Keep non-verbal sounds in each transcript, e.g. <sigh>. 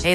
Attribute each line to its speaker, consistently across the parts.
Speaker 1: Hey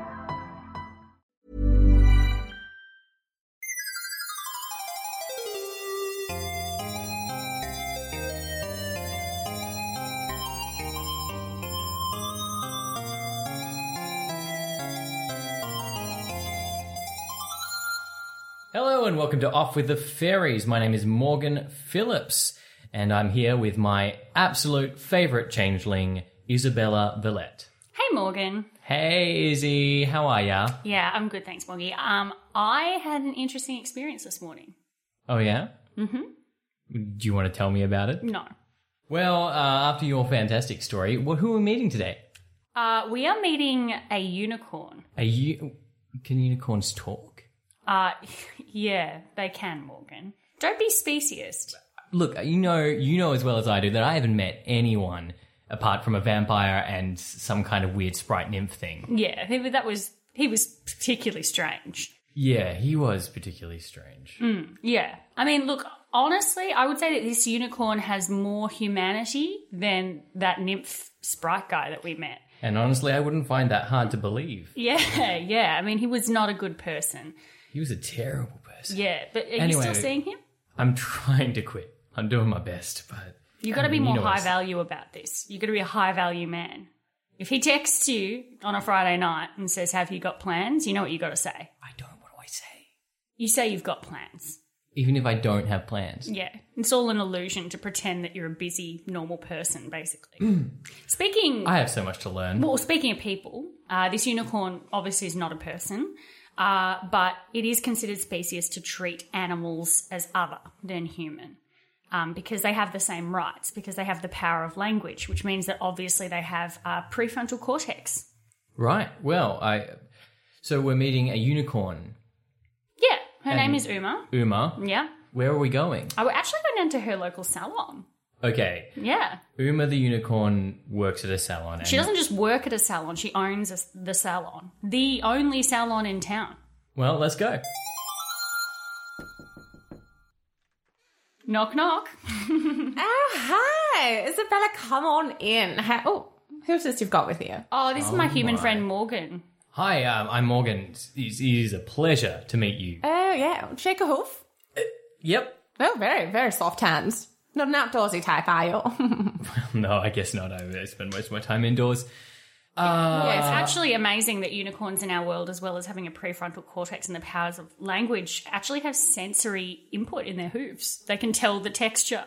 Speaker 2: Hello and welcome to Off with the Fairies. My name is Morgan Phillips, and I'm here with my absolute favorite changeling, Isabella Villette.
Speaker 3: Hey Morgan.
Speaker 2: Hey, Izzy, how are ya?
Speaker 3: Yeah, I'm good, thanks, Morgy. Um, I had an interesting experience this morning.
Speaker 2: Oh, yeah? Mm-hmm. Do you want to tell me about it?
Speaker 3: No.
Speaker 2: Well, uh, after your fantastic story, wh- who are we meeting today?
Speaker 3: Uh, we are meeting a unicorn.
Speaker 2: Are you... Can unicorns talk?
Speaker 3: Uh, <laughs> yeah, they can, Morgan. Don't be speciest.
Speaker 2: Look, you know, you know as well as I do that I haven't met anyone apart from a vampire and some kind of weird sprite nymph thing.
Speaker 3: Yeah, he, that was he was particularly strange.
Speaker 2: Yeah, he was particularly strange.
Speaker 3: Yeah, I mean, look, honestly, I would say that this unicorn has more humanity than that nymph sprite guy that we met.
Speaker 2: And honestly, I wouldn't find that hard to believe.
Speaker 3: Yeah, <laughs> yeah. I mean, he was not a good person.
Speaker 2: He was a terrible person.
Speaker 3: Yeah, but are you
Speaker 2: Anyway.
Speaker 3: still seeing him?
Speaker 2: I'm <laughs> trying to quit. I'm doing my best, but
Speaker 3: You got
Speaker 2: I
Speaker 3: to be
Speaker 2: mean, you
Speaker 3: more
Speaker 2: know
Speaker 3: high
Speaker 2: us.
Speaker 3: value about this. You got to be a high value man. If he texts you on a Friday night and says, "Have you got plans?" You know what you got to say.
Speaker 2: I don't. What do I say?
Speaker 3: You say you've got plans.
Speaker 2: Even if I don't have plans.
Speaker 3: Yeah, it's all an illusion to pretend that you're a busy, normal
Speaker 2: <clears throat>
Speaker 3: person, basically. speaking
Speaker 2: I have so much to learn.
Speaker 3: well, speaking of people, uh, this unicorn obviously is not a person, uh, but it is considered species to treat animals as other than human. um, because they have the same rights, because they have the power of language, which means that obviously they have uh, prefrontal cortex.
Speaker 2: Right. Well, I. So we're meeting a unicorn,
Speaker 3: Yeah, her name
Speaker 2: And-
Speaker 3: is Uma.
Speaker 2: Uma.
Speaker 3: Yeah.
Speaker 2: Where are we going?
Speaker 3: I actually went down to her local salon.
Speaker 2: Okay,
Speaker 3: Yeah.
Speaker 2: Uma the unicorn works at a salon. And,
Speaker 3: She doesn't just work at a salon, she owns a, the salon. The only salon in town.
Speaker 2: Well, let's go.
Speaker 3: Knock, knock.
Speaker 4: Oh, hi. Isabella, come on in. Hi- oh, who's this you've got with you?
Speaker 3: Oh, this is my human
Speaker 2: my.
Speaker 3: friend Morgan.
Speaker 2: Hi, um, I'm Morgan. It's- It is a pleasure to meet you.
Speaker 3: Uh.
Speaker 4: Oh, yeah. Shake a hoof.
Speaker 2: Yep. <laughs>
Speaker 4: Oh, very, very soft hands. Not an outdoorsy type, are you? <laughs>
Speaker 2: No, I guess not. I spend most of my time indoors.
Speaker 3: Yeah, it's actually amazing that unicorns in our world, as well as having a prefrontal cortex and the powers of language, actually have sensory input in their hooves. They can tell the texture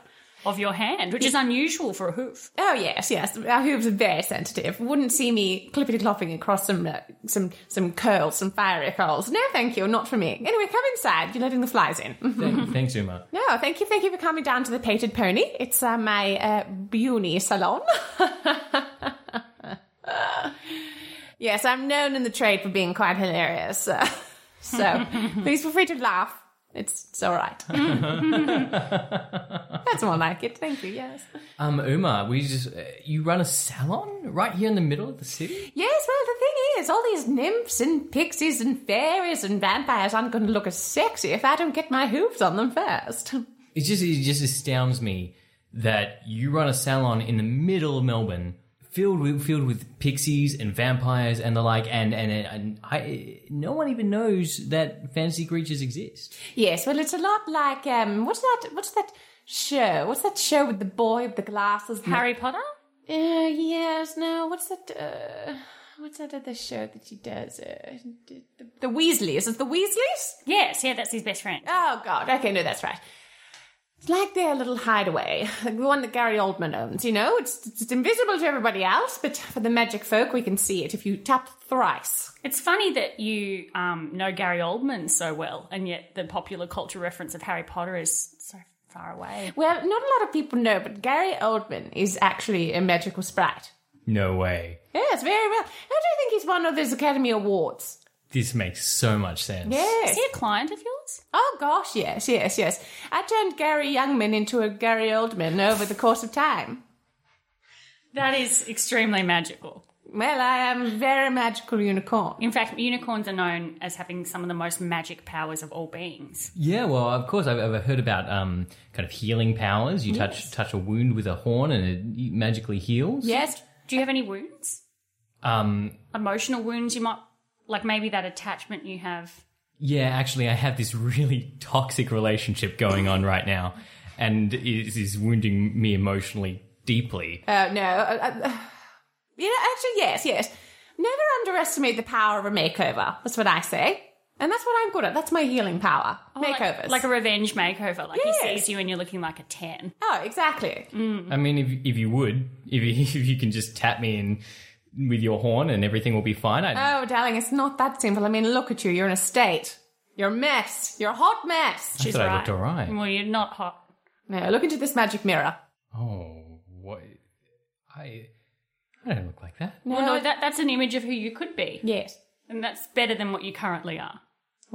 Speaker 3: of your hand, which is unusual for a hoof.
Speaker 4: oh, yes, yes. Our hooves are very sensitive. Wouldn't see me clippity clopping across some, uh, some, some curls, some fiery curls. No, thank you. Not for me. Anyway, come inside. You're letting the flies in. <laughs>
Speaker 2: Thank, thanks, Uma.
Speaker 4: No, Oh, thank you. Thank you for coming down to the Painted Pony. It's uh, my uh, beauty salon. <laughs> yes, I'm known in the trade for being quite hilarious. uh, <laughs> so please feel free to laugh. It's, it's all right. That's more like it. Thank you. Yes.
Speaker 2: Um, Uma, we just uh, you run a salon right here in the middle of the city.
Speaker 4: Yes, well, the thing is, all these nymphs and pixies and fairies and vampires aren't going to look as sexy if I don't get my hooves on them first.
Speaker 2: It just it just astounds me that you run a salon in the middle of Melbourne, filled with filled with pixies and vampires and the like, and and, and I no one even knows that fantasy creatures exist.
Speaker 4: Yes, well, it's a lot like um, what's that? What's that show? What's that show with the boy with the glasses?
Speaker 3: Harry Potter?
Speaker 4: Uh, yes, no. What's that? Uh, what's that other show that she does? Uh, d- the, the Weasleys. Is it the Weasleys?
Speaker 3: Yes, yeah, that's his best friend.
Speaker 4: Oh God. Okay, no, that's right. It's like their little hideaway, like the one that Gary Oldman owns. You know, it's it's invisible to everybody else, but for the magic folk, we can see it if you tap thrice.
Speaker 3: It's funny that you um, know Gary Oldman so well, and yet the popular culture reference of Harry Potter is so far away.
Speaker 4: Well, not a lot of people know, but Gary Oldman is actually a magical sprite.
Speaker 2: No way.
Speaker 4: Yes, very well. How do you think he's won all those Academy Awards?
Speaker 2: This makes so much sense.
Speaker 3: Is
Speaker 4: Yes.
Speaker 3: he a client of yours?
Speaker 4: Oh gosh, yes, yes, yes. I turned Gary Youngman into a Gary Oldman over the course of time.
Speaker 3: That is extremely magical.
Speaker 4: Well, I am a very magical unicorn.
Speaker 3: In fact, unicorns are known as having some of the most magic powers of all beings.
Speaker 2: Yeah, well, of course, I've, I've heard about um, kind of healing powers. You touch touch a wound with a horn and it magically heals.
Speaker 4: Yes.
Speaker 3: Do you have any wounds?
Speaker 2: Um,
Speaker 3: Emotional wounds you might, like maybe that attachment you have
Speaker 2: yeah, actually, I have this really <laughs> toxic relationship going on right now, and it is wounding me emotionally deeply.
Speaker 4: Oh no. Uh, uh, <sighs> you know, actually, yes, yes. Never underestimate the power of a makeover. That's what I say, and that's what I'm good at. That's my healing power.
Speaker 3: Oh, Like-
Speaker 4: Makeovers.
Speaker 3: Like, a revenge makeover. Like
Speaker 4: Yes.
Speaker 3: he sees you and you're looking like a 10.
Speaker 4: oh, exactly.
Speaker 3: Mm.
Speaker 2: I mean, if if you would, if you, <laughs> if you can just tap me in with your horn and everything will be fine. I,
Speaker 4: Oh, darling, it's not that simple. I mean, look at you. You're in a state. You're a mess. You're a hot mess.
Speaker 2: I
Speaker 3: She's
Speaker 2: thought I
Speaker 3: right.
Speaker 2: looked all right.
Speaker 3: Well, you're not hot.
Speaker 4: No, look into this magic mirror.
Speaker 2: Oh, what? I I don't look like that.
Speaker 3: well, no, that, that's an image of who you could be.
Speaker 4: Yes.
Speaker 3: And that's better than what you currently are.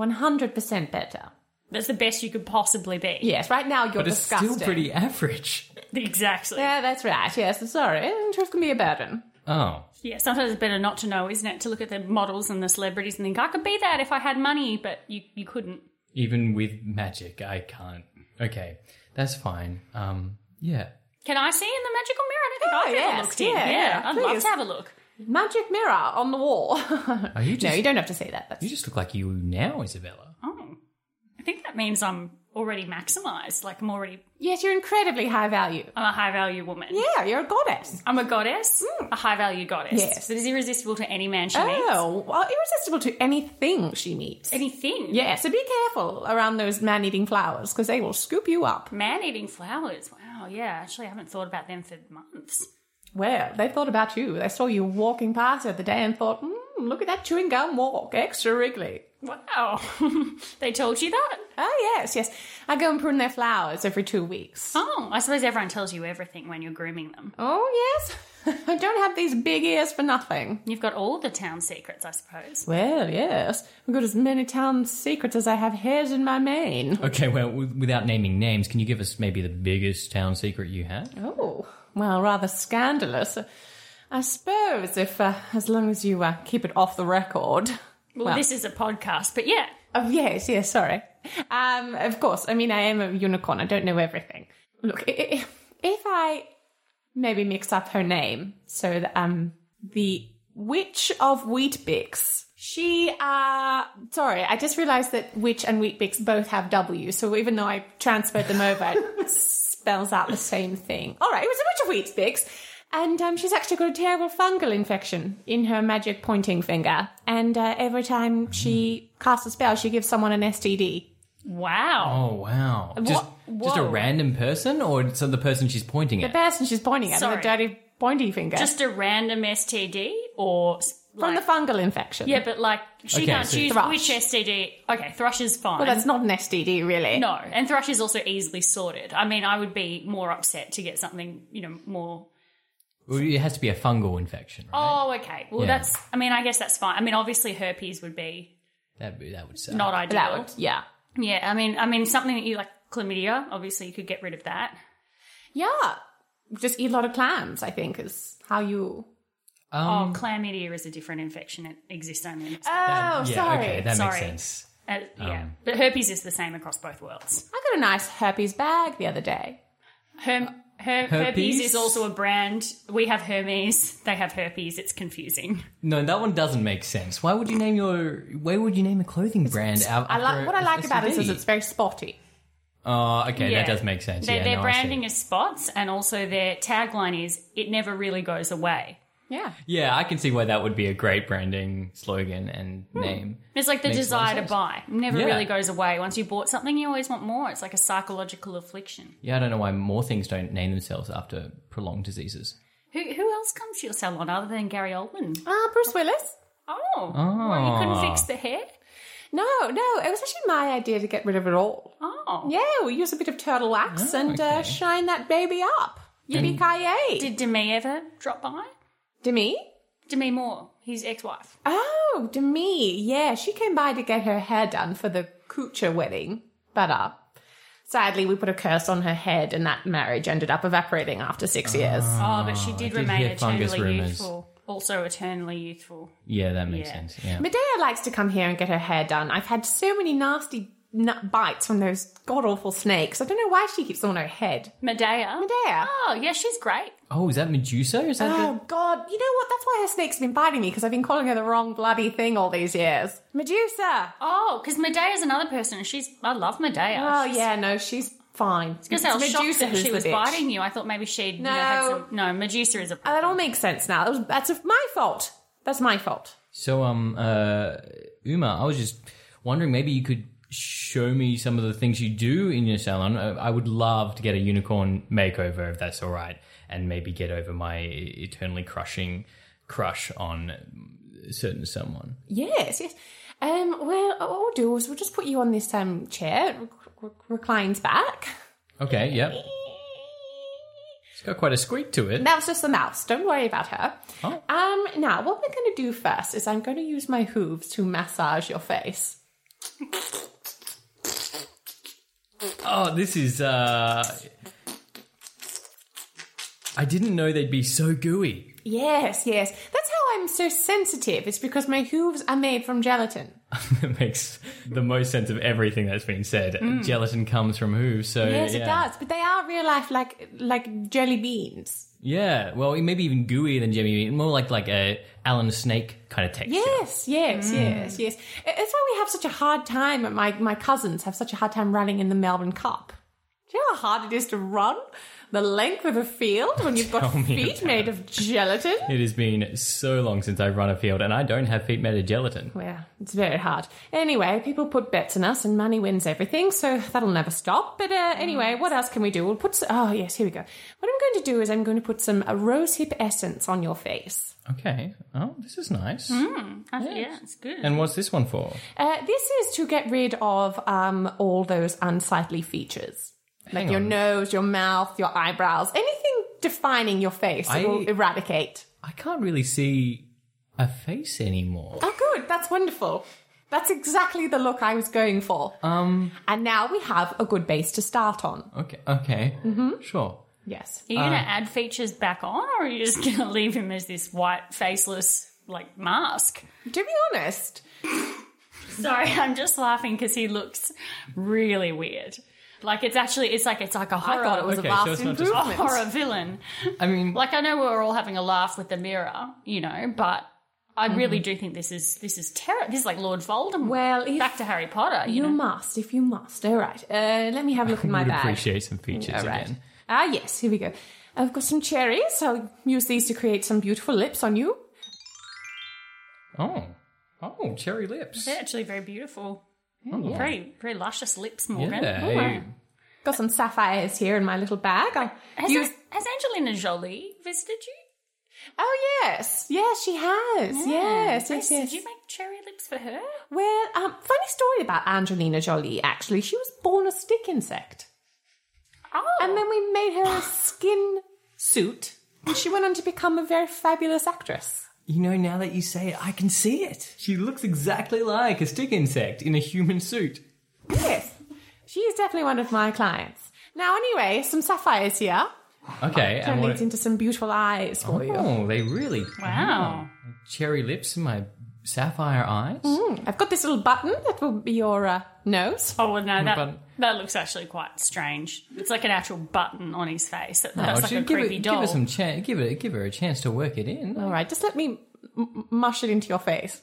Speaker 4: 100% better.
Speaker 3: That's the best you could possibly be.
Speaker 4: Yes, right now you're
Speaker 2: But it's
Speaker 4: disgusting.
Speaker 2: still pretty average.
Speaker 3: <laughs> Exactly. Yeah.
Speaker 4: Yeah, that's right. Yes, I'm sorry. Truth can be a burden.
Speaker 2: Oh,
Speaker 3: Sometimes it's better not to know, isn't it? To look at the models and the celebrities and think, I could be that if I had money, but you, you couldn't.
Speaker 2: even with magic, I can't. Okay, that's fine. Um, yeah.
Speaker 3: Can I see in the magical mirror? I don't think
Speaker 4: Oh,
Speaker 3: I've ever
Speaker 4: yes.
Speaker 3: looked in.
Speaker 4: Yeah,
Speaker 3: Yeah,
Speaker 4: yeah,
Speaker 3: I'd love
Speaker 4: please.
Speaker 3: to have a look.
Speaker 4: Magic mirror on the wall. <laughs>
Speaker 2: Oh, you
Speaker 4: no,
Speaker 2: just
Speaker 4: you don't have to say that. That's...
Speaker 2: you just look like you now, Isabella.
Speaker 3: Oh. I think that means I'm already maximized. Like I'm already,
Speaker 4: Yes, you're incredibly high value.
Speaker 3: I'm a high value woman.
Speaker 4: Yeah, you're a goddess.
Speaker 3: I'm a goddess, a high value goddess.
Speaker 4: Yes.
Speaker 3: That is irresistible to any man she meets.
Speaker 4: Oh, well, irresistible to anything she meets.
Speaker 3: Anything.
Speaker 4: Yeah, so be careful around those man eating flowers because they will scoop you up.
Speaker 3: Man eating flowers. Wow, yeah. Actually, I haven't thought about them for months.
Speaker 4: Well, they thought about you. They saw you walking past the other day and thought, mm, look at that chewing gum walk, extra wriggly.
Speaker 3: Wow. <laughs> they told you that?
Speaker 4: Oh, yes, yes. I go and prune their flowers every two weeks.
Speaker 3: Oh, I suppose everyone tells you everything when you're grooming them.
Speaker 4: Oh, yes. <laughs> I don't have these big ears for nothing.
Speaker 3: You've got all the town secrets, I suppose.
Speaker 4: Well, yes. I've got as many town secrets as I have hairs in my mane.
Speaker 2: Okay, well, w- without naming names, can you give us maybe the biggest town secret you have?
Speaker 4: Oh, well, rather scandalous. I suppose if, uh, as long as you uh, keep it off the record.
Speaker 3: Well, this is a podcast, but yeah.
Speaker 4: Oh, yes, yes, sorry. Um, of course, I mean, I am a unicorn. I don't know everything. Look, i- i- if I maybe mix up her name, so that, um, the Witch of Wheatbix. She, uh, sorry, I just realized that Witch and Wheatbix both have W, so even though I transferred them over,
Speaker 3: <laughs>
Speaker 4: it spells out the same thing. All right, it was a Witch of Wheatbix. And um, she's actually got a terrible fungal infection in her magic pointing finger. And uh, every time she casts a spell, she gives someone an STD.
Speaker 3: Wow.
Speaker 2: Oh wow! Just just a
Speaker 4: whoa.
Speaker 2: random person, or so the person she's pointing
Speaker 4: The
Speaker 2: at?
Speaker 4: person she's pointing at,
Speaker 3: Sorry.
Speaker 4: the dirty pointy finger,
Speaker 3: Just a random STD or. s-
Speaker 4: from
Speaker 3: like-
Speaker 4: the fungal infection.
Speaker 3: Yeah, but like, she
Speaker 2: Okay,
Speaker 3: can't
Speaker 2: so-
Speaker 3: choose
Speaker 4: Thrush.
Speaker 3: which STD. Okay, thrush is fine.
Speaker 4: Well, that's not an STD, really.
Speaker 3: No, and thrush is also easily sorted. I mean, I would be more upset to get something, you know, more.
Speaker 2: Well, It has to be a fungal infection, right?
Speaker 3: Oh, okay. Well,
Speaker 2: Yeah.
Speaker 3: that's. I mean, I guess that's fine. I mean, obviously, herpes would be
Speaker 2: That Uh-huh. that would suck.
Speaker 3: not
Speaker 4: But
Speaker 3: ideal.
Speaker 4: that would, yeah.
Speaker 3: Yeah, I mean, I mean, something that you like chlamydia. Obviously, you could get rid of that.
Speaker 4: Yeah. Just eat a lot of clams, I think, is how you.
Speaker 2: Um, Uh,
Speaker 3: oh, chlamydia is a different infection. It exists only. In,
Speaker 4: Oh,
Speaker 2: yeah,
Speaker 4: sorry.
Speaker 2: okay, that
Speaker 3: Sorry.
Speaker 2: makes sense.
Speaker 3: uh, yeah,
Speaker 2: um,
Speaker 3: but herpes is the same across both worlds.
Speaker 4: I got a nice herpes bag the other day.
Speaker 3: Her- her- herpes?
Speaker 2: herpes?
Speaker 3: is also a brand. We have Hermes. They have herpes. It's confusing.
Speaker 2: No, that one doesn't make sense. Why would you name your? Why would you name a clothing brand? out
Speaker 4: I
Speaker 2: after
Speaker 4: like what I
Speaker 2: a-
Speaker 4: like
Speaker 2: a
Speaker 4: about it is
Speaker 2: CD?
Speaker 4: it's very spotty.
Speaker 2: Oh, okay,
Speaker 3: Yeah.
Speaker 2: that does make sense.
Speaker 3: Their,
Speaker 2: yeah,
Speaker 3: their
Speaker 2: no, I see.
Speaker 3: branding is spots, and also their tagline is "It never really goes away."
Speaker 4: Yeah.
Speaker 2: Yeah, I can see why that would be a great branding slogan and
Speaker 4: Hmm.
Speaker 2: name.
Speaker 3: It's like the
Speaker 2: Makes a lot of
Speaker 3: desire to
Speaker 2: sense.
Speaker 3: buy never
Speaker 2: Yeah.
Speaker 3: really goes away. Once you bought something, you always want more. It's like a psychological affliction.
Speaker 2: Yeah, I don't know why more things don't name themselves after prolonged diseases.
Speaker 3: Who who else comes to your salon other than Gary Oldman?
Speaker 4: Ah, Bruce Willis.
Speaker 3: Oh, well, you couldn't
Speaker 2: Ah.
Speaker 3: fix the hair.
Speaker 4: No, no, it was actually my idea to get rid of it all.
Speaker 3: Oh.
Speaker 4: Yeah, we'll use a bit of turtle wax
Speaker 2: Oh,
Speaker 4: and uh,
Speaker 2: okay.
Speaker 4: shine that baby up. Yippee ki yay!
Speaker 3: Did Demi ever drop by?
Speaker 4: Demi?
Speaker 3: Demi Moore, his ex-wife.
Speaker 4: Oh, Demi. Yeah, she came by to get her hair done for the Kucha wedding, but uh, sadly, we put a curse on her head, and that marriage ended up evaporating after six years.
Speaker 3: Oh, but she did
Speaker 2: Ah, did
Speaker 3: remain
Speaker 2: hear fungus
Speaker 3: eternally
Speaker 2: rumours.
Speaker 3: youthful. Also eternally youthful.
Speaker 2: Yeah, that makes
Speaker 3: Yeah.
Speaker 2: sense. Yeah.
Speaker 4: Medea likes to come here and get her hair done. I've had so many nasty nut bites from those god awful snakes. I don't know why she keeps them on her head.
Speaker 3: Medea.
Speaker 4: Medea.
Speaker 3: Oh, yeah, she's great.
Speaker 2: Oh, is that Medusa? Is that
Speaker 4: Oh God! You know what? That's why her snake's been biting me because I've been calling her the wrong bloody thing all these years. Medusa.
Speaker 3: Oh, because Medea's another person. and She's I love Medea.
Speaker 4: Oh
Speaker 3: She's-
Speaker 4: yeah, no, she's fine.
Speaker 3: Because I was shocked that
Speaker 4: who's
Speaker 3: she
Speaker 4: the
Speaker 3: was
Speaker 4: bitch.
Speaker 3: biting you. I thought maybe she'd no. You know, had
Speaker 4: No.
Speaker 3: some, no Medusa is a
Speaker 4: Uh, That all makes sense now. That was, that's my fault. That's my fault.
Speaker 2: So, um, uh, Uma, I was just wondering maybe you could show me some of the things you do in your salon. I I would love to get a unicorn makeover if that's all right, and maybe get over my eternally crushing crush on a certain someone.
Speaker 4: Yes, yes. Um, well, what we'll do is we'll just put you on this um chair. It rec- rec- reclines back.
Speaker 2: Okay, yep. It's got quite a squeak to it.
Speaker 4: That was just the mouse. Don't worry about her.
Speaker 2: Oh.
Speaker 4: Um, now what we're going to do first is I'm going to use my hooves to massage your face.
Speaker 2: Oh, this is. uh I didn't know they'd be so gooey.
Speaker 4: Yes, yes. That's how I'm so sensitive. It's because my hooves are made from gelatin.
Speaker 2: <laughs> that makes the most sense of everything that's been said. Gelatin comes from who? So
Speaker 4: Mm. Yes,
Speaker 2: yeah.
Speaker 4: it does. But they are real life, like like jelly beans.
Speaker 2: Yeah, well, maybe even gooier than Jimmy Bean, more like like a Alan Snake kind of texture.
Speaker 4: Yes, yes,
Speaker 2: Mm.
Speaker 4: yes, yes. I- It's why we have such a hard time. My my cousins have such a hard time running in the Melbourne Cup. Do you know how hard it is to run the length of a field when you've got
Speaker 2: <laughs> Tell me
Speaker 4: feet
Speaker 2: about
Speaker 4: made of gelatin?
Speaker 2: It has been so long since I've run a field, and I don't have feet made of gelatin.
Speaker 4: Well, it's very hard. Anyway, people put bets on us, and money wins everything, so that'll never stop. But uh,
Speaker 2: Mm.
Speaker 4: anyway, what else can we do? We'll put. s oh yes, here we go. What I'm going to do is I'm going to put some uh, rosehip essence on your face.
Speaker 2: Okay. Oh, this is nice.
Speaker 4: Mm.
Speaker 3: I thought, yeah, it's good.
Speaker 2: And what's this one for?
Speaker 4: Uh, this is to get rid of um, all those unsightly features, like
Speaker 2: Hang
Speaker 4: your
Speaker 2: on.
Speaker 4: nose, your mouth, your eyebrows, anything defining your face.
Speaker 2: I-
Speaker 4: It will eradicate.
Speaker 2: I can't really see a face anymore.
Speaker 4: Oh, good. That's wonderful. That's exactly the look I was going for. Um, and now we have a good base to start on.
Speaker 2: Okay. Okay. Mm-hmm. Sure.
Speaker 4: Yes.
Speaker 3: Are you going to add features back on, or are you just <laughs> going to leave him as this white, faceless, like mask?
Speaker 4: To be honest,
Speaker 3: Sorry, <laughs> I'm just laughing because he looks really weird. Like it's actually, it's like it's like a horror,
Speaker 4: I thought it was
Speaker 2: Okay,
Speaker 4: a
Speaker 2: so
Speaker 4: vast
Speaker 2: it's not just-
Speaker 4: improvement.
Speaker 3: a <laughs> horror villain.
Speaker 2: I mean,
Speaker 3: Like I know we were all having a laugh with the mirror, you know, but I really do think this is this is terror. This is like Lord Voldemort.
Speaker 4: Well, if
Speaker 3: back to Harry Potter, you
Speaker 4: You
Speaker 3: know.
Speaker 4: must, if you must. All right. Uh, let me have a look in my
Speaker 2: would
Speaker 4: bag.
Speaker 2: appreciate some features
Speaker 4: All right.
Speaker 2: again.
Speaker 4: Ah, yes, here we go. I've got some cherries. I'll use these to create some beautiful lips on you.
Speaker 2: Oh. Oh, cherry lips.
Speaker 3: They're actually very beautiful.
Speaker 2: Oh,
Speaker 3: Very, very luscious lips, Morgan.
Speaker 2: Yeah.
Speaker 4: Oh, wow. Got some sapphires here in my little bag. I'll
Speaker 3: Has,
Speaker 4: use.
Speaker 3: has Angelina Jolie visited you?
Speaker 4: Oh yes, yes, she has. Yes, yes,
Speaker 3: Grace,
Speaker 4: yes.
Speaker 3: Did you make cherry lips for her?
Speaker 4: Well, um, funny story about Angelina Jolie. Actually, she was born a stick insect,
Speaker 3: Oh,
Speaker 4: and then we made her a skin suit, and she went on to become a very fabulous actress.
Speaker 2: You know, now that you say it, I can see it. She looks exactly like a stick insect in a human suit.
Speaker 4: Yes, she is definitely one of my clients. Now, anyway, some sapphires here.
Speaker 2: Okay,
Speaker 4: Turn
Speaker 2: and what-
Speaker 4: these into some beautiful eyes for you.
Speaker 2: Oh, they really
Speaker 3: wow.
Speaker 2: cherry lips and my sapphire eyes.
Speaker 4: I've got this little button that will be your uh, nose.
Speaker 3: Oh well, no, that
Speaker 2: button?
Speaker 3: that looks actually quite strange. It's like an actual button on his face. That, that's
Speaker 2: Oh,
Speaker 3: like
Speaker 2: she-
Speaker 3: a
Speaker 2: give,
Speaker 3: creepy
Speaker 2: it, give
Speaker 3: doll.
Speaker 2: her some chance. Give it. Give her a chance to work it in.
Speaker 4: All right, just let me m- m- mush it into your face.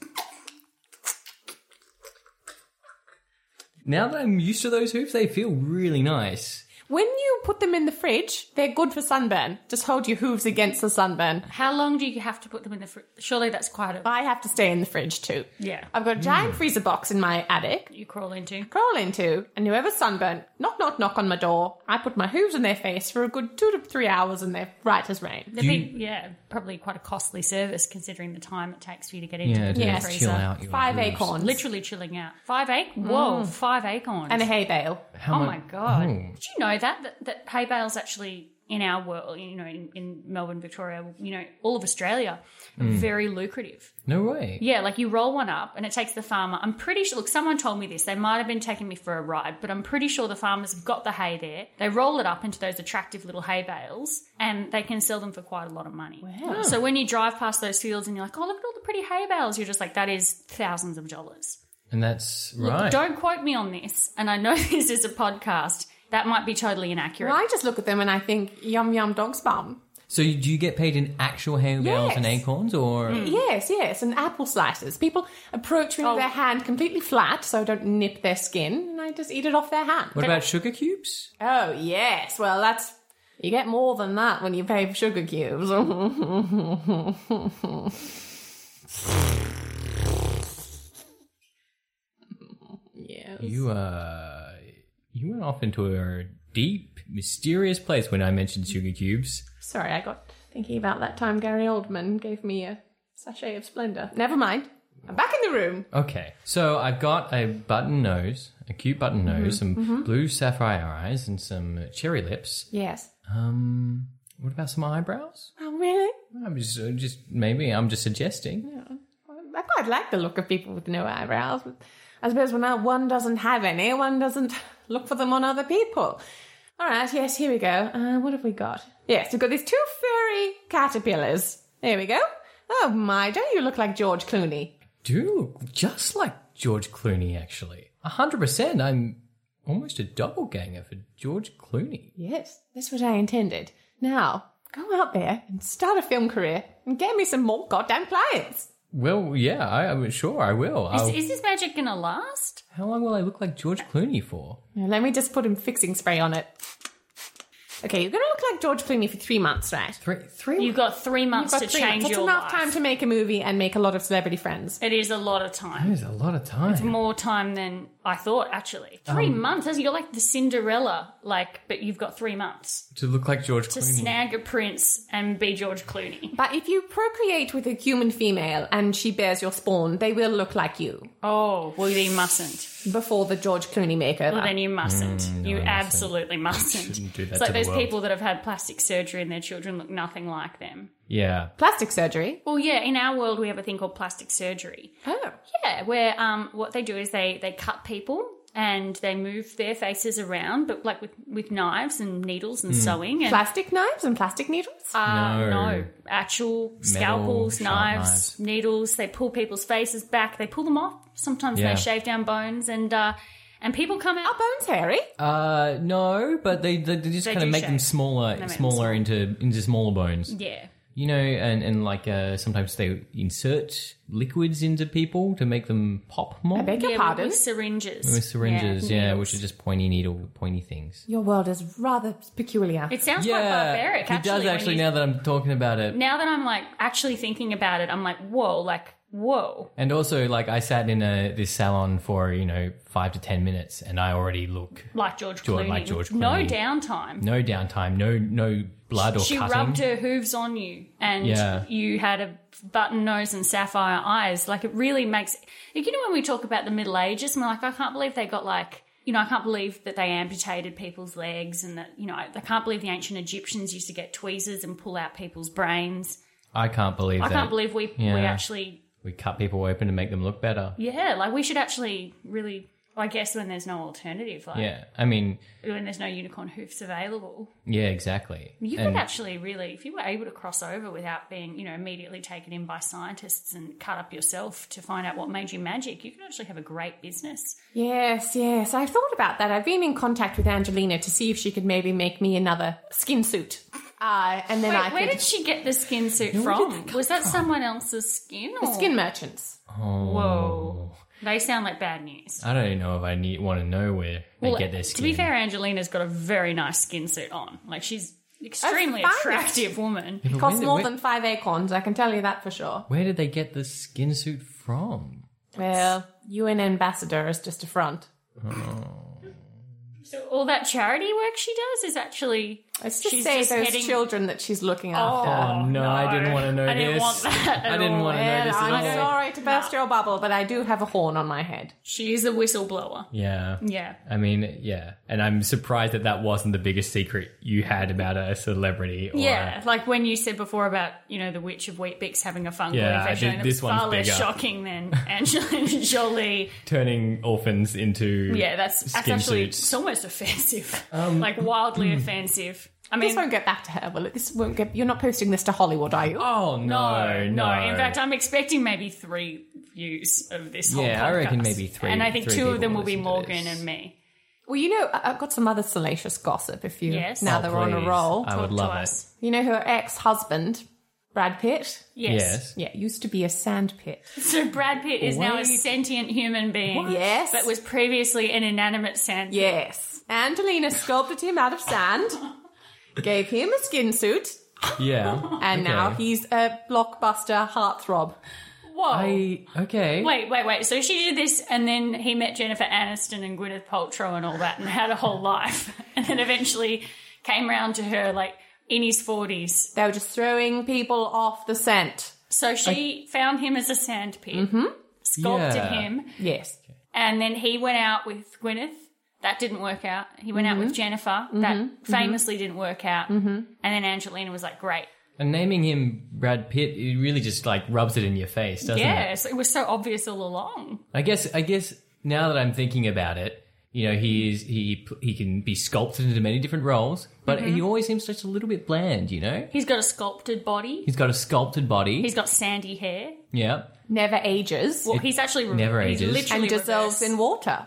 Speaker 2: Now that I'm used to those hoops, they feel really nice.
Speaker 4: When you put them in the fridge, they're good for sunburn. Just hold your hooves against the sunburn.
Speaker 3: How long do you have to put them in the fridge? Surely that's quite a
Speaker 4: I have to stay in the fridge too.
Speaker 3: yeah.
Speaker 4: I've got a giant freezer box in my attic.
Speaker 3: You crawl into.
Speaker 4: Crawl into, and whoever's sunburnt, knock, knock, knock on my door. I put my hooves in their face for a good two to three hours, and they're right as rain.
Speaker 3: They'd be, yeah, probably quite a costly service considering the time it takes for you to get into
Speaker 2: Yeah,
Speaker 3: the
Speaker 2: to
Speaker 4: Yes.
Speaker 3: freezer.
Speaker 2: chill out. your
Speaker 4: Five
Speaker 2: hooves.
Speaker 4: acorns,
Speaker 3: Literally chilling out. Five ac Whoa, five acorns.
Speaker 4: Mm. and a hay bale.
Speaker 2: How
Speaker 3: oh
Speaker 2: mu-
Speaker 3: my god!
Speaker 2: Oh.
Speaker 3: Did you know that that, that hay bales actually in our world, you know, in, in Melbourne, Victoria, you know, all of Australia,
Speaker 2: Mm.
Speaker 3: very lucrative.
Speaker 2: No way.
Speaker 3: Yeah, like you roll one up and it takes the farmer. I'm pretty sure. Look, someone told me this. They might have been taking me for a ride, but I'm pretty sure the farmers have got the hay there. They roll it up into those attractive little hay bales and they can sell them for quite a lot of money. Wow. So when you drive past those fields and you're like, oh, look at all the pretty hay bales, you're just like, that is thousands of dollars.
Speaker 2: And that's
Speaker 3: Look,
Speaker 2: right.
Speaker 3: Don't quote me on this. And I know <laughs> this is a podcast. That might be totally inaccurate.
Speaker 4: I just look at them and I think, yum, yum, dog's bum.
Speaker 2: So you- do you get paid in actual hay bales and
Speaker 4: Yes.
Speaker 2: acorns, or
Speaker 4: Yes, yes, and apple slices. People approach me
Speaker 3: Oh.
Speaker 4: with their hand completely flat so I don't nip their skin, and I just eat it off their hand.
Speaker 2: what about sugar cubes?
Speaker 4: Oh, yes. Well, that's. You get more than that when you pay for sugar cubes. <laughs> yes.
Speaker 2: You uh, you went off into a deep, mysterious place when I mentioned sugar cubes.
Speaker 4: Sorry, I got thinking about that time Gary Oldman gave me a sachet of Splendor. Never mind. I'm back in the room.
Speaker 2: Okay, so I've got a button nose, a cute button nose, some blue sapphire eyes, and some cherry lips.
Speaker 4: Yes.
Speaker 2: Um, what about some eyebrows?
Speaker 4: Oh, really?
Speaker 2: I'm just, uh, just maybe I'm just suggesting.
Speaker 4: I quite like the look of people with no eyebrows. But I suppose when that one doesn't have any, one doesn't <laughs> look for them on other people. All right, yes, here we go. Uh, what have we got? Yes, we've got these two furry caterpillars. There we go. Oh my, don't you look like George Clooney?
Speaker 2: Do look just like George Clooney, actually. A hundred percent. I'm almost a doppelganger for George Clooney.
Speaker 4: Yes, that's what I intended. Now, go out there and start a film career and get me some more goddamn clients.
Speaker 2: Well, yeah, I, I'm sure I will.
Speaker 3: Is,
Speaker 2: I'll-
Speaker 3: is this magic going to last?
Speaker 2: how long will I look like George Clooney for?
Speaker 4: Now, let me just put him fixing spray on it. Okay, you're going to look like George Clooney for three months, right?
Speaker 2: Three, three.
Speaker 3: You've got three months
Speaker 4: You've
Speaker 3: to
Speaker 4: got three
Speaker 3: change
Speaker 4: months. That's
Speaker 3: your
Speaker 4: enough
Speaker 3: life.
Speaker 4: time to make a movie and make a lot of celebrity friends.
Speaker 3: It is a lot of time.
Speaker 2: that is a lot of time.
Speaker 3: More time than I thought, actually. Three
Speaker 2: Um,
Speaker 3: months. You're like the Cinderella, like, but you've got three months
Speaker 2: to look like George
Speaker 3: to
Speaker 2: Clooney.
Speaker 3: snag a prince and be George Clooney.
Speaker 4: But if you procreate with a human female and she bears your spawn, they will look like you
Speaker 3: Oh, well, you mustn't.
Speaker 4: before the George Clooney
Speaker 3: Well,
Speaker 4: makeover.
Speaker 3: then you mustn't. you
Speaker 2: Ah. Mm, I mustn't. <laughs>
Speaker 3: absolutely mustn't.
Speaker 2: Shouldn't do that
Speaker 3: it's like
Speaker 2: to the
Speaker 3: those
Speaker 2: world.
Speaker 3: people that have had plastic surgery and their children look nothing like them.
Speaker 2: yeah.
Speaker 4: Plastic surgery.
Speaker 3: Well, yeah, in our world, we have a thing called plastic surgery.
Speaker 4: Oh.
Speaker 3: Yeah, where um, what they do is they they cut people and they move their faces around, but like with, with knives and needles
Speaker 2: Mm.
Speaker 3: and sewing and
Speaker 4: Plastic knives and plastic needles?
Speaker 3: uh,
Speaker 2: No.
Speaker 3: no. actual scalpels,
Speaker 2: sharp
Speaker 3: knives,
Speaker 2: knives.
Speaker 3: needles. They pull people's faces back. They pull them off. Sometimes
Speaker 2: Yeah.
Speaker 3: they shave down bones and uh, and people come out.
Speaker 4: Are bones hairy?
Speaker 2: Uh, no, but they they, they just
Speaker 3: They
Speaker 2: kind of
Speaker 3: do
Speaker 2: make them
Speaker 3: shape.
Speaker 2: smaller,
Speaker 3: them
Speaker 2: smaller
Speaker 3: smaller.
Speaker 2: into into smaller bones.
Speaker 3: Yeah,
Speaker 2: You know, and and like uh, sometimes they insert liquids into people to make them pop more.
Speaker 4: I beg your
Speaker 3: yeah,
Speaker 4: pardon?
Speaker 3: With syringes.
Speaker 2: With syringes,
Speaker 3: Yeah.
Speaker 2: yeah, which are just pointy needle, pointy things.
Speaker 4: Your world is rather peculiar.
Speaker 3: It sounds quite
Speaker 2: yeah,
Speaker 3: barbaric.
Speaker 2: it
Speaker 3: actually,
Speaker 2: does
Speaker 3: when
Speaker 2: actually.
Speaker 3: you-
Speaker 2: Now that I'm talking about it,
Speaker 3: now that I'm like actually thinking about it, I'm like, whoa, like whoa.
Speaker 2: and also like I sat in a this salon for you know five to ten minutes, and I already look
Speaker 3: like George
Speaker 2: George-
Speaker 3: Clooney.
Speaker 2: like George
Speaker 3: No
Speaker 2: Clooney.
Speaker 3: downtime.
Speaker 2: no downtime, no no blood or
Speaker 3: she
Speaker 2: cutting.
Speaker 3: rubbed her hooves on you, and
Speaker 2: Yeah.
Speaker 3: you had a button nose and sapphire eyes. Like it really makes. Like, you know when we talk about the Middle Ages, and we're like, I can't believe they got like. You know, I can't believe that they amputated people's legs, and that you know, I I can't believe the ancient Egyptians used to get tweezers and pull out people's brains.
Speaker 2: I can't believe
Speaker 3: I
Speaker 2: that
Speaker 3: can't believe we
Speaker 2: Yeah.
Speaker 3: we actually
Speaker 2: we cut people open to make them look better.
Speaker 3: yeah, like we should actually really. I guess when there's no alternative, like
Speaker 2: Yeah, I mean,
Speaker 3: when there's no unicorn hoofs available,
Speaker 2: yeah, exactly.
Speaker 3: You
Speaker 2: And-
Speaker 3: could actually really, if you were able to cross over without being, you know, immediately taken in by scientists and cut up yourself to find out what made you magic, you could actually have a great business.
Speaker 4: Yes, yes. I've thought about that. I've been in contact with Angelina to see if she could maybe make me another skin suit. Uh, and then
Speaker 3: Wait,
Speaker 4: I
Speaker 3: where
Speaker 4: could.
Speaker 3: did she get the skin suit
Speaker 2: where did
Speaker 3: from?
Speaker 2: that come
Speaker 3: Was that someone else's skin? Or?
Speaker 4: Skin merchants.
Speaker 2: Oh.
Speaker 3: Whoa. They sound like bad news.
Speaker 2: I don't know if I need want to know where they get their skin.
Speaker 3: to be fair, Angelina's got a very nice skin suit on. Like she's extremely
Speaker 4: fine.
Speaker 3: attractive woman.
Speaker 2: But
Speaker 4: It costs
Speaker 2: when did-
Speaker 4: more
Speaker 2: where-
Speaker 4: than five acorns, I can tell you that for sure.
Speaker 2: Where did they get the skin suit from?
Speaker 4: Well, UN ambassador is just a front.
Speaker 3: So all that charity work she does is actually
Speaker 4: Let's just
Speaker 3: She's
Speaker 4: say
Speaker 3: just
Speaker 4: those
Speaker 3: heading-
Speaker 4: children that she's looking
Speaker 2: Oh,
Speaker 4: after.
Speaker 2: no, I didn't want to know
Speaker 3: I
Speaker 2: this.
Speaker 3: didn't want that
Speaker 2: <laughs>
Speaker 3: at
Speaker 2: I didn't
Speaker 3: all.
Speaker 2: want to know
Speaker 4: Well,
Speaker 2: this at
Speaker 4: I'm
Speaker 2: all.
Speaker 4: sorry to burst your bubble, but I do have a horn on my head.
Speaker 3: she's a whistleblower.
Speaker 2: Yeah.
Speaker 3: Yeah.
Speaker 2: I mean, yeah. And I'm surprised that that wasn't the biggest secret you had about a celebrity. Or
Speaker 3: Yeah, like when you said before about you know the witch of Weet-Bix having a fungal
Speaker 2: Yeah,
Speaker 3: infection,
Speaker 2: I did-
Speaker 3: it
Speaker 2: this
Speaker 3: was
Speaker 2: one's
Speaker 3: far less
Speaker 2: bigger.
Speaker 3: shocking than <laughs> Angelina Jolie.
Speaker 2: Turning orphans into
Speaker 3: Yeah, that's that's
Speaker 2: skin
Speaker 3: actually
Speaker 2: suits.
Speaker 3: it's almost offensive, like wildly offensive. I mean,
Speaker 4: This won't get back to her, will it? This won't get. You're not posting this to Hollywood, are you?
Speaker 2: oh no, no.
Speaker 3: In fact, I'm expecting maybe three views of this. Whole
Speaker 2: Yeah, I reckon
Speaker 3: podcast.
Speaker 2: maybe three-
Speaker 3: and I think
Speaker 2: three
Speaker 3: two of
Speaker 2: people
Speaker 3: them will be
Speaker 2: listen to
Speaker 3: Morgan
Speaker 2: this.
Speaker 3: and me.
Speaker 4: Well, you know, I- I've got some other salacious gossip. If you
Speaker 3: Yes.
Speaker 4: now
Speaker 3: Oh,
Speaker 4: that we're on a
Speaker 2: please.
Speaker 4: roll,
Speaker 2: I
Speaker 3: Talk
Speaker 2: would
Speaker 3: to
Speaker 2: love it.
Speaker 3: us.
Speaker 4: you know her ex-husband, Brad Pitt.
Speaker 3: Yes.
Speaker 4: Yeah, used to be a sand pit.
Speaker 3: So Brad Pitt is now a
Speaker 2: Wait.
Speaker 3: sentient human being.
Speaker 4: Yes.
Speaker 3: That was previously an inanimate sand.
Speaker 4: Yes, Angelina sculpted him out of sand, gave him a skin suit,
Speaker 2: Yeah.
Speaker 4: and now
Speaker 2: Okay.
Speaker 4: he's a blockbuster heartthrob.
Speaker 3: Whoa.
Speaker 2: I okay.
Speaker 3: Wait, wait, wait. So she did this, and then he met Jennifer Aniston and Gwyneth Paltrow and all that, and had a whole life, <laughs> and then eventually came round to her like in his forties.
Speaker 4: They were just throwing people off the scent.
Speaker 3: So she found him as a sandpit, mm-hmm. sculpted
Speaker 2: Yeah.
Speaker 3: him,
Speaker 4: Yes.
Speaker 3: and then he went out with Gwyneth. That didn't work out. He went
Speaker 2: Mm-hmm.
Speaker 3: out with Jennifer. That famously didn't work out. Mm-hmm. And then Angelina was like, "Great,
Speaker 2: And naming him Brad Pitt, it really just like rubs it in your face, doesn't it?
Speaker 3: yes, it was so obvious all along."
Speaker 2: I guess I guess now that I'm thinking about it, you know, he is he he can be sculpted into many different roles, but he
Speaker 3: Mm-hmm.
Speaker 2: always seems just a little bit bland, you know?
Speaker 3: He's got a sculpted body.
Speaker 2: He's got a sculpted body.
Speaker 3: He's got sandy hair.
Speaker 2: yeah.
Speaker 4: Never ages
Speaker 3: Well, he's actually re-
Speaker 2: never
Speaker 3: he's
Speaker 2: ages.
Speaker 3: literally
Speaker 4: and dissolves
Speaker 3: reversed.
Speaker 4: in water.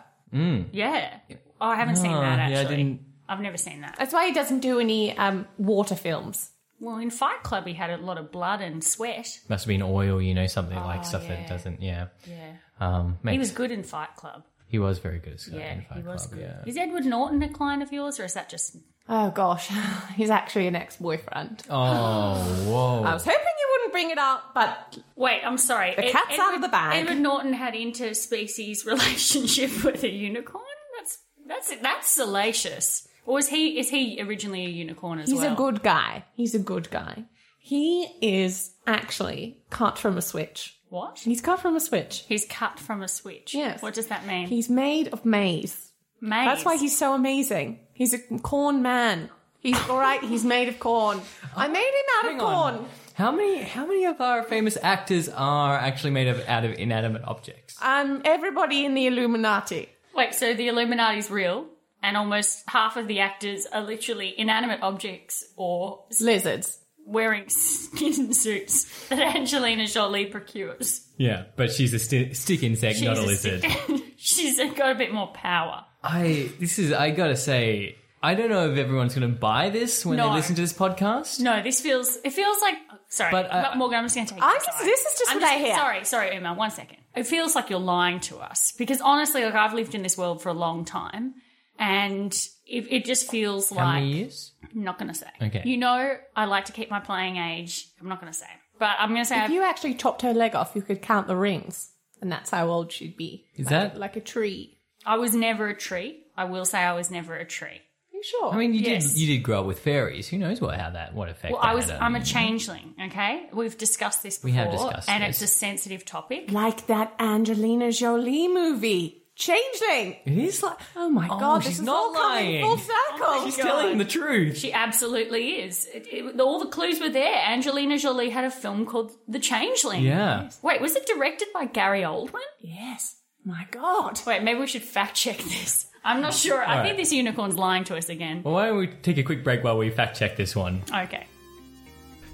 Speaker 3: Yeah. Oh, I haven't seen
Speaker 2: Oh,
Speaker 3: that
Speaker 2: yeah, I
Speaker 3: actually.
Speaker 2: didn't-
Speaker 3: I've never seen that.
Speaker 4: That's why he doesn't do any um, water films.
Speaker 3: Well, in Fight Club, he had a lot of blood and sweat.
Speaker 2: Must have been oil, you know, something like stuff that doesn't yeah.
Speaker 3: Oh, Yeah.
Speaker 2: Um
Speaker 3: He
Speaker 2: makes-
Speaker 3: was good in Fight Club.
Speaker 2: he was very good at Sculpting
Speaker 3: Yeah,
Speaker 2: in Fight
Speaker 3: he was
Speaker 2: Club,
Speaker 3: good.
Speaker 2: yeah.
Speaker 3: Is Edward Norton a client of yours, or is that just.
Speaker 4: Oh gosh, <laughs> he's actually an ex-boyfriend.
Speaker 3: <gasps>
Speaker 2: Oh, whoa.
Speaker 4: I was hoping you wouldn't bring it up, but
Speaker 3: Wait, I'm sorry. The
Speaker 4: cat's out of the bag.
Speaker 3: Edward Norton had interspecies <laughs> relationship with a unicorn? That's that's that's salacious. Or is he is he originally a unicorn as
Speaker 4: he's
Speaker 3: well?
Speaker 4: a good guy. He's a good guy. He is actually cut from a switch.
Speaker 3: What?
Speaker 4: He's cut from a switch.
Speaker 3: He's cut from a switch.
Speaker 4: Yes.
Speaker 3: What does that mean?
Speaker 4: He's made of maize.
Speaker 3: Maize.
Speaker 4: That's why he's so amazing. He's a corn man. He's all right. He's made
Speaker 3: <laughs>
Speaker 4: of corn. I made him out of
Speaker 2: Hang on.
Speaker 4: corn.
Speaker 2: How many how many of our famous actors are actually made of out of inanimate objects?
Speaker 4: Um, everybody in the Illuminati.
Speaker 3: Wait, so the Illuminati's real, and almost half of the actors are literally inanimate objects or s-
Speaker 4: Lizards.
Speaker 3: wearing skin <laughs> suits that Angelina Jolie procures.
Speaker 2: yeah, but she's a sti- stick insect, not a lizard.
Speaker 3: <laughs> She's got a bit more power.
Speaker 2: I this is I gotta say I don't know if everyone's gonna buy this when
Speaker 3: No.
Speaker 2: they listen to this podcast.
Speaker 3: No, this feels. It feels like. Sorry,
Speaker 2: But uh, I-
Speaker 3: but Morgan, I'm just going to take.
Speaker 4: I'm
Speaker 3: this.
Speaker 4: just-
Speaker 3: Sorry.
Speaker 4: this is just
Speaker 3: I'm
Speaker 4: what I hear.
Speaker 3: Sorry, sorry, Uma. One second. It feels like you're lying to us because honestly, like I've lived in this world for a long time, and it, it just feels
Speaker 2: How
Speaker 3: like
Speaker 2: many years?
Speaker 3: I'm not going to say.
Speaker 2: Okay.
Speaker 3: You know, I like to keep my playing age. I'm not going to say. But I'm going to say.
Speaker 4: If you actually chopped her leg off, you could count the rings, and that's how old she'd be.
Speaker 2: Is
Speaker 4: Like-
Speaker 2: that-
Speaker 4: like a tree?
Speaker 3: I was never a tree. I will say I was never a tree.
Speaker 4: Are you sure?
Speaker 2: I mean, you
Speaker 3: Yes.
Speaker 2: did you did grow up with fairies. Who knows what how that what effect?
Speaker 3: Well,
Speaker 2: that
Speaker 3: I was.
Speaker 2: had on
Speaker 3: I'm a
Speaker 2: you.
Speaker 3: changeling. Okay, we've discussed this before,
Speaker 2: We have discussed
Speaker 3: and
Speaker 2: this.
Speaker 3: it's a sensitive topic.
Speaker 4: like that Angelina Jolie movie, Changeling.
Speaker 2: It is like oh my
Speaker 4: God,
Speaker 2: she's
Speaker 4: this is
Speaker 2: not
Speaker 4: all
Speaker 2: lying.
Speaker 4: coming full circle.
Speaker 2: she's telling the truth.
Speaker 3: She absolutely is. It, it, all the clues were there. Angelina Jolie had a film called The Changeling.
Speaker 2: Yeah,
Speaker 3: Wait, was it directed by Gary Oldman?
Speaker 4: yes. My God.
Speaker 3: Wait, maybe we should fact check this. I'm not sure. I think
Speaker 2: right.
Speaker 3: this unicorn's lying to us again.
Speaker 2: Well, why don't we take a quick break while we fact check this one?
Speaker 3: Okay.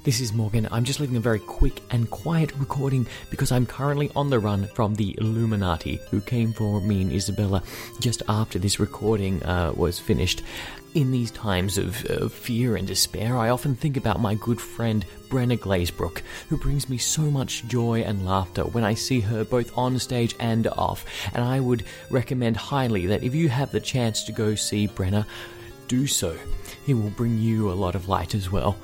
Speaker 2: This is Morgan. I'm just leaving a very quick and quiet recording because I'm currently on the run from the Illuminati who came for me and Isabella just after this recording uh, was finished. In these times of uh, fear and despair, I often think about my good friend Brenna Glazebrook, who brings me so much joy and laughter when I see her both on stage and off. And I would recommend highly that if you have the chance to go see Brenna, do so. He will bring you a lot of light as well.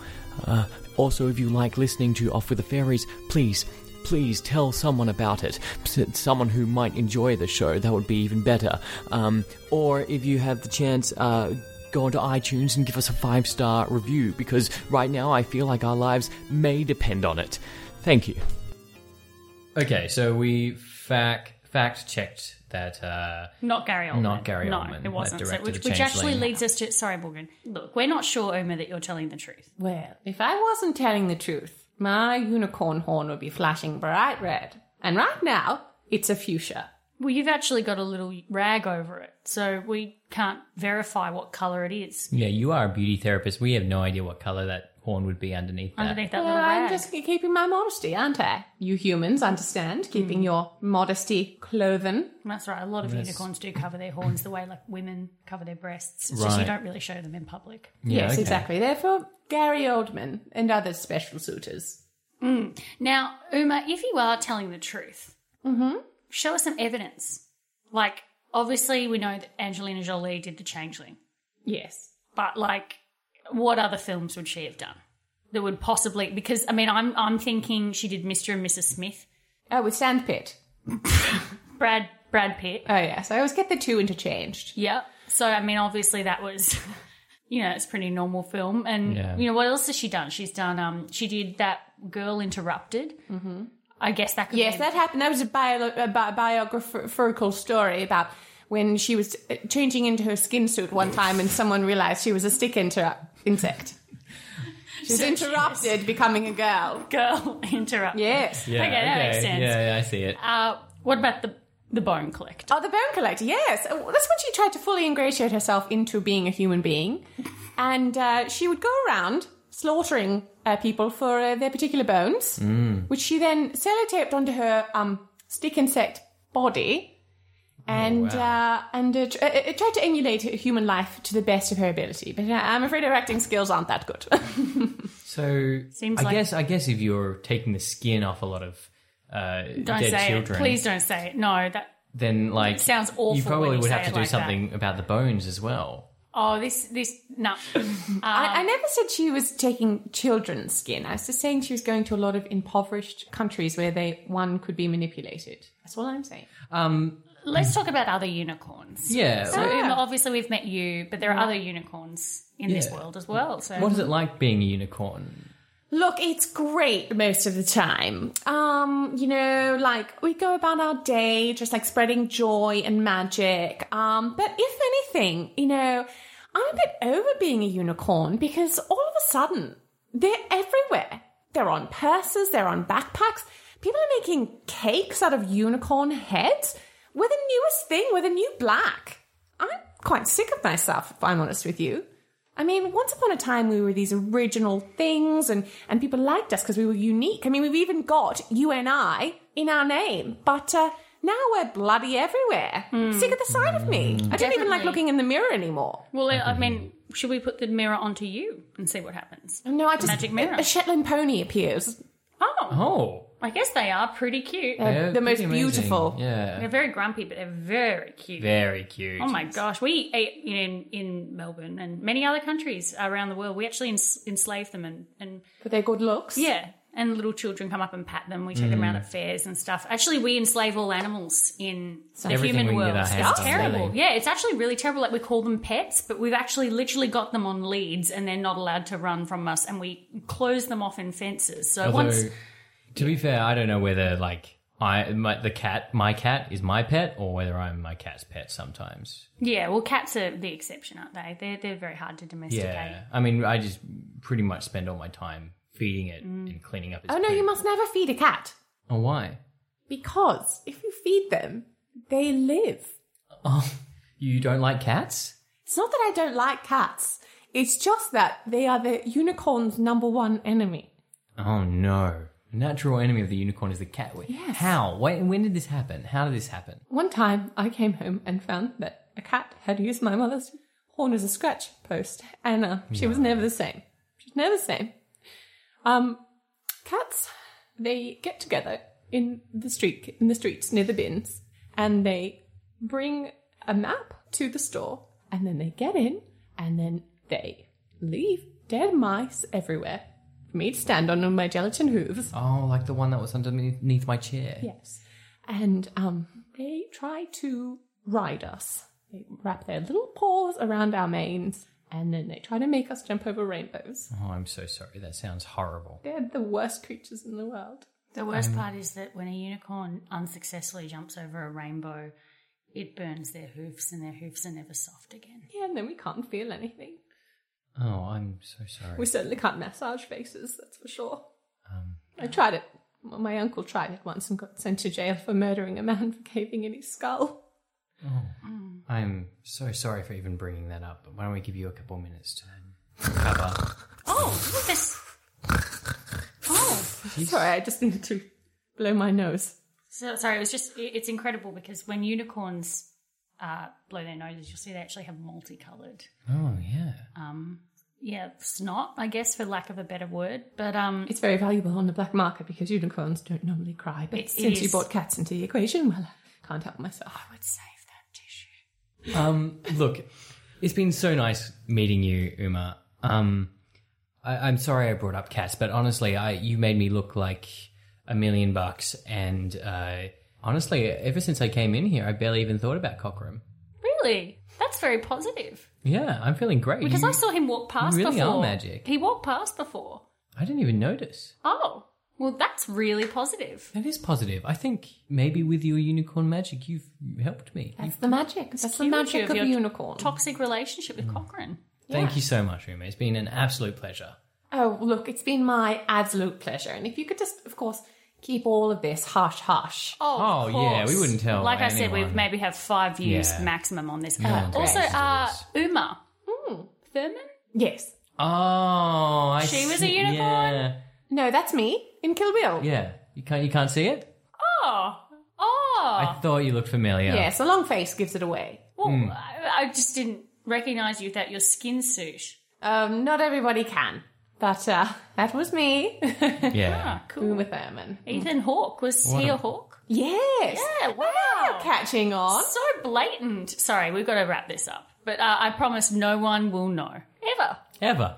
Speaker 2: Uh, also, if you like listening to Off with the Fairies, please, please tell someone about it. S- Someone who might enjoy the show, that would be even better. Um, or if you have the chance, uh, go onto iTunes and give us a five star review because right now I feel like our lives may depend on it. Thank you.
Speaker 5: Okay, so we fact fact checked that. Uh,
Speaker 3: Not Gary Oldman.
Speaker 5: Not Gary
Speaker 3: No,
Speaker 5: Oldman,
Speaker 3: it wasn't.
Speaker 5: that
Speaker 3: So,
Speaker 5: directed
Speaker 3: which,
Speaker 5: The
Speaker 3: which actually
Speaker 5: Changeling.
Speaker 3: leads us to. Sorry, Morgan. Look, we're not sure, Omer, that you're telling the truth.
Speaker 4: Well, if I wasn't telling the truth, my unicorn horn would be flashing bright red. And right now, it's a fuchsia.
Speaker 3: Well, you've actually got a little rag over it, so we can't verify what color it is
Speaker 5: yeah, you are a beauty therapist. We have no idea what color that horn would be underneath. That.
Speaker 3: underneath that
Speaker 4: Well,
Speaker 3: little rag.
Speaker 4: I'm just keeping my modesty, aren't I? You humans understand keeping your modesty clothing.
Speaker 3: That's right. A lot of unicorns do cover their horns the way like women cover their breasts. It's just you
Speaker 5: Right. Mm.
Speaker 3: don't really show them in public.
Speaker 5: Yeah,
Speaker 4: yes,
Speaker 5: okay.
Speaker 4: exactly. Therefore, Gary Oldman and other special suitors.
Speaker 3: Now, Uma, if you are telling the truth,
Speaker 4: Mm-hmm.
Speaker 3: show us some evidence. Like, obviously, we know that Angelina Jolie did The Changeling,
Speaker 4: Yes.
Speaker 3: but like, what other films would she have done that would possibly? Because I mean, I'm I'm thinking she did Mr. and Mrs. Smith,
Speaker 4: Oh, with Sandpit.
Speaker 3: Brad Brad Pitt.
Speaker 5: Uh,
Speaker 4: Oh, yes. I always get the two interchanged.
Speaker 3: Yeah. So I mean, obviously that was, <laughs> you know, it's a pretty normal film. And
Speaker 5: Yeah.
Speaker 3: you know what else has she done? She's done. Um, she did that Girl Interrupted. Mm-hmm. I guess that could
Speaker 4: Yes,
Speaker 3: be
Speaker 4: that happened. That was a, bio- a bi- biographical story about when she was uh, changing into her skin suit one time and someone realized she was a stick inter- insect. She was
Speaker 3: So she
Speaker 4: interrupted becoming a girl.
Speaker 3: Girl <laughs> Interrupted.
Speaker 4: Yes.
Speaker 5: Yeah,
Speaker 3: Okay, that makes sense.
Speaker 5: Yeah, yeah, I see it.
Speaker 3: Uh, what about the the Bone Collector?
Speaker 4: Oh, the bone collector. Yes, Oh, that's when she tried to fully ingratiate herself into being a human being, and uh, she would go around slaughtering uh, people for uh, their particular bones, which she then sellotaped onto her um, stick insect body, and uh, and uh, tr- uh, uh, tried to emulate human life to the best of her ability. But uh, I'm afraid her acting skills aren't that good. <laughs>
Speaker 5: So
Speaker 3: Seems
Speaker 5: I
Speaker 3: like-
Speaker 5: guess I guess if you're taking the skin off a lot of uh,
Speaker 3: Don't
Speaker 5: dead
Speaker 3: say
Speaker 5: children,
Speaker 3: it. Please don't say it. No, that.
Speaker 5: then like
Speaker 3: sounds awful
Speaker 5: You probably
Speaker 3: when you
Speaker 5: would
Speaker 3: say
Speaker 5: have to
Speaker 3: it
Speaker 5: do
Speaker 3: like that.
Speaker 5: something about the bones as well.
Speaker 3: Oh, this this no. <laughs>
Speaker 4: I, I never said she was taking children's skin. I was just saying she was going to a lot of impoverished countries where they one could be manipulated. That's all I'm saying.
Speaker 5: Um,
Speaker 3: Let's talk about other unicorns.
Speaker 5: yeah.
Speaker 3: So
Speaker 5: like,
Speaker 3: Uma, obviously we've met you, but there are other unicorns in this
Speaker 5: Yeah.
Speaker 3: world as well. So
Speaker 5: what is it like being a unicorn?
Speaker 4: Look, it's great most of the time. Um, you know, like we go about our day just like spreading joy and magic. Um, but if anything, you know, I'm a bit over being a unicorn because all of a sudden they're everywhere. They're on purses, they're on backpacks. People are making cakes out of unicorn heads. We're the newest thing, we're the new black. I'm quite sick of myself, if I'm honest with you. I mean, once upon a time we were these original things and, and people liked us because we were unique. I mean, we've even got you and I in our name, but uh, now we're bloody everywhere. Sick of the sight of me. I don't even like
Speaker 3: Hmm. Definitely.
Speaker 4: looking in the mirror anymore.
Speaker 3: Well, I mean, should we put the mirror onto you and see what happens?
Speaker 4: No, I just.
Speaker 3: magic mirror.
Speaker 4: A, a Shetland pony appears. uh,
Speaker 3: Oh,
Speaker 5: Oh,
Speaker 3: I guess they are pretty cute.
Speaker 5: they're
Speaker 4: the most
Speaker 5: pretty amazing.
Speaker 4: beautiful.
Speaker 5: Yeah,
Speaker 3: They're very grumpy, but they're very cute.
Speaker 5: very cute.
Speaker 3: Oh my gosh, we ate in in Melbourne and many other countries around the world. We actually ens- enslave them and and
Speaker 4: But they're good looks.
Speaker 3: yeah, and little children come up and pat them. We take them
Speaker 5: Mm.
Speaker 3: around at fairs and stuff. Actually, we enslave all animals in the
Speaker 5: Everything
Speaker 3: human
Speaker 5: we can get
Speaker 3: world.
Speaker 5: our
Speaker 3: It's
Speaker 5: hands on,
Speaker 3: terrible.
Speaker 5: really.
Speaker 3: Yeah, it's actually really terrible. Like we call them pets, but we've actually literally got them on leads and they're not allowed to run from us. And we close them off in fences. So
Speaker 5: Although,
Speaker 3: once
Speaker 5: to be fair, I don't know whether like I my, the cat, my cat is my pet, or whether I'm my cat's pet sometimes.
Speaker 3: Yeah, well, cats are the exception, aren't they? They're they're very hard to domesticate.
Speaker 5: Yeah, I mean, I just pretty much spend all my time feeding it and cleaning up. Its
Speaker 4: Oh, no,
Speaker 5: poop.
Speaker 4: you must never feed a cat.
Speaker 5: Oh, why?
Speaker 4: Because if you feed them, they live.
Speaker 5: Oh, you don't like cats?
Speaker 4: It's not that I don't like cats, it's just that they are the unicorn's number one enemy.
Speaker 5: Oh no. Natural enemy of the unicorn is the cat. Wait,
Speaker 4: Yes.
Speaker 5: How? When, when did this happen? How did this happen?
Speaker 4: One time I came home and found that a cat had used my mother's horn as a scratch post, and uh, she was never the same. She's never the same. Um, cats, they get together in the street, in the streets near the bins, and they bring a map to the store, and then they get in, and then they leave dead mice everywhere for me to stand on on my gelatin hooves.
Speaker 5: Oh, like the one that was underneath my chair.
Speaker 4: Yes. And um, they try to ride us. They wrap their little paws around our manes and then they try to make us jump over rainbows.
Speaker 5: Oh, I'm so sorry. That sounds horrible.
Speaker 4: They're the worst creatures in the world.
Speaker 3: The
Speaker 5: Um,
Speaker 3: worst part is that when a unicorn unsuccessfully jumps over a rainbow, it burns their hoofs and their hoofs are never soft again.
Speaker 4: Yeah, and then we can't feel anything.
Speaker 5: Oh, I'm so sorry.
Speaker 4: We certainly can't massage faces, that's for sure.
Speaker 5: Um,
Speaker 4: I tried it. Well, my uncle tried it once and got sent to jail for murdering a man <laughs> for caving in his skull.
Speaker 5: I'm so sorry for even bringing that up, but why don't we give you a couple minutes to recover?
Speaker 3: Oh, look at this. Oh.
Speaker 4: <laughs> Sorry, I just needed to blow my nose.
Speaker 3: So sorry, it was just it- it's incredible because when unicorns uh, blow their noses, you'll see they actually have multicolored.
Speaker 5: oh, yeah.
Speaker 3: Yeah, snot, I guess, for lack of a better word. But um,
Speaker 4: It's very valuable on the black market because unicorns don't normally cry. But
Speaker 3: It
Speaker 4: since you
Speaker 3: is.
Speaker 4: brought cats into the equation, well, I can't help myself.
Speaker 3: I would save that tissue.
Speaker 5: Um, look, it's been so nice meeting you, Uma. Um, I, I'm sorry I brought up cats, but honestly, I you made me look like a million bucks. And uh, honestly, ever since I came in here, I barely even thought about Cockrum.
Speaker 3: Really, that's very positive
Speaker 5: Yeah, I'm feeling great.
Speaker 3: because
Speaker 5: You-
Speaker 3: I saw him walk past
Speaker 5: really are
Speaker 3: before.
Speaker 5: magic.
Speaker 3: He walked past before.
Speaker 5: I didn't even notice.
Speaker 3: Oh, well, that's really positive.
Speaker 5: That is positive. I think maybe with your unicorn magic, you've helped me.
Speaker 4: That's the magic. That's the
Speaker 3: Cute
Speaker 4: magic of
Speaker 3: your
Speaker 4: unicorn.
Speaker 3: Toxic relationship
Speaker 5: Mm.
Speaker 3: with Cochrane.
Speaker 5: Thank you so much, Uma. It's been an absolute pleasure.
Speaker 4: oh, look, it's been my absolute pleasure. And if you could just, of course, keep all of this hush hush.
Speaker 3: Oh, of
Speaker 5: Oh, yeah,
Speaker 3: course.
Speaker 5: we wouldn't tell
Speaker 3: Like I said, we
Speaker 5: anyone.
Speaker 3: maybe have five years
Speaker 5: Yeah.
Speaker 3: maximum on this.
Speaker 5: No
Speaker 3: Uh,
Speaker 5: one
Speaker 3: also,
Speaker 5: cares.
Speaker 3: uh, Uma
Speaker 4: Hmm.
Speaker 3: Thurman.
Speaker 4: Yes.
Speaker 5: Oh, I
Speaker 3: She was a
Speaker 5: see-
Speaker 3: unicorn?
Speaker 5: Yeah.
Speaker 4: No, that's me in Kill Bill.
Speaker 5: Yeah. You can't you can't see it?
Speaker 3: Oh, oh.
Speaker 5: I thought you looked familiar.
Speaker 4: Yes, a long face gives it away.
Speaker 3: Well,
Speaker 5: hmm.
Speaker 3: I, I just didn't recognize you without your skin suit.
Speaker 4: Um, not everybody can. But uh, that was me. <laughs>
Speaker 5: Yeah.
Speaker 3: Ah, cool.
Speaker 4: Uma Thurman.
Speaker 3: Ethan Hawke was
Speaker 5: Ah, What
Speaker 3: he
Speaker 5: a-
Speaker 3: a hawk?
Speaker 4: Yes.
Speaker 3: Yeah, wow.
Speaker 4: Catching on.
Speaker 3: So blatant. Sorry, we've got to wrap this up. But uh, I promise no one will know ever.
Speaker 5: Ever.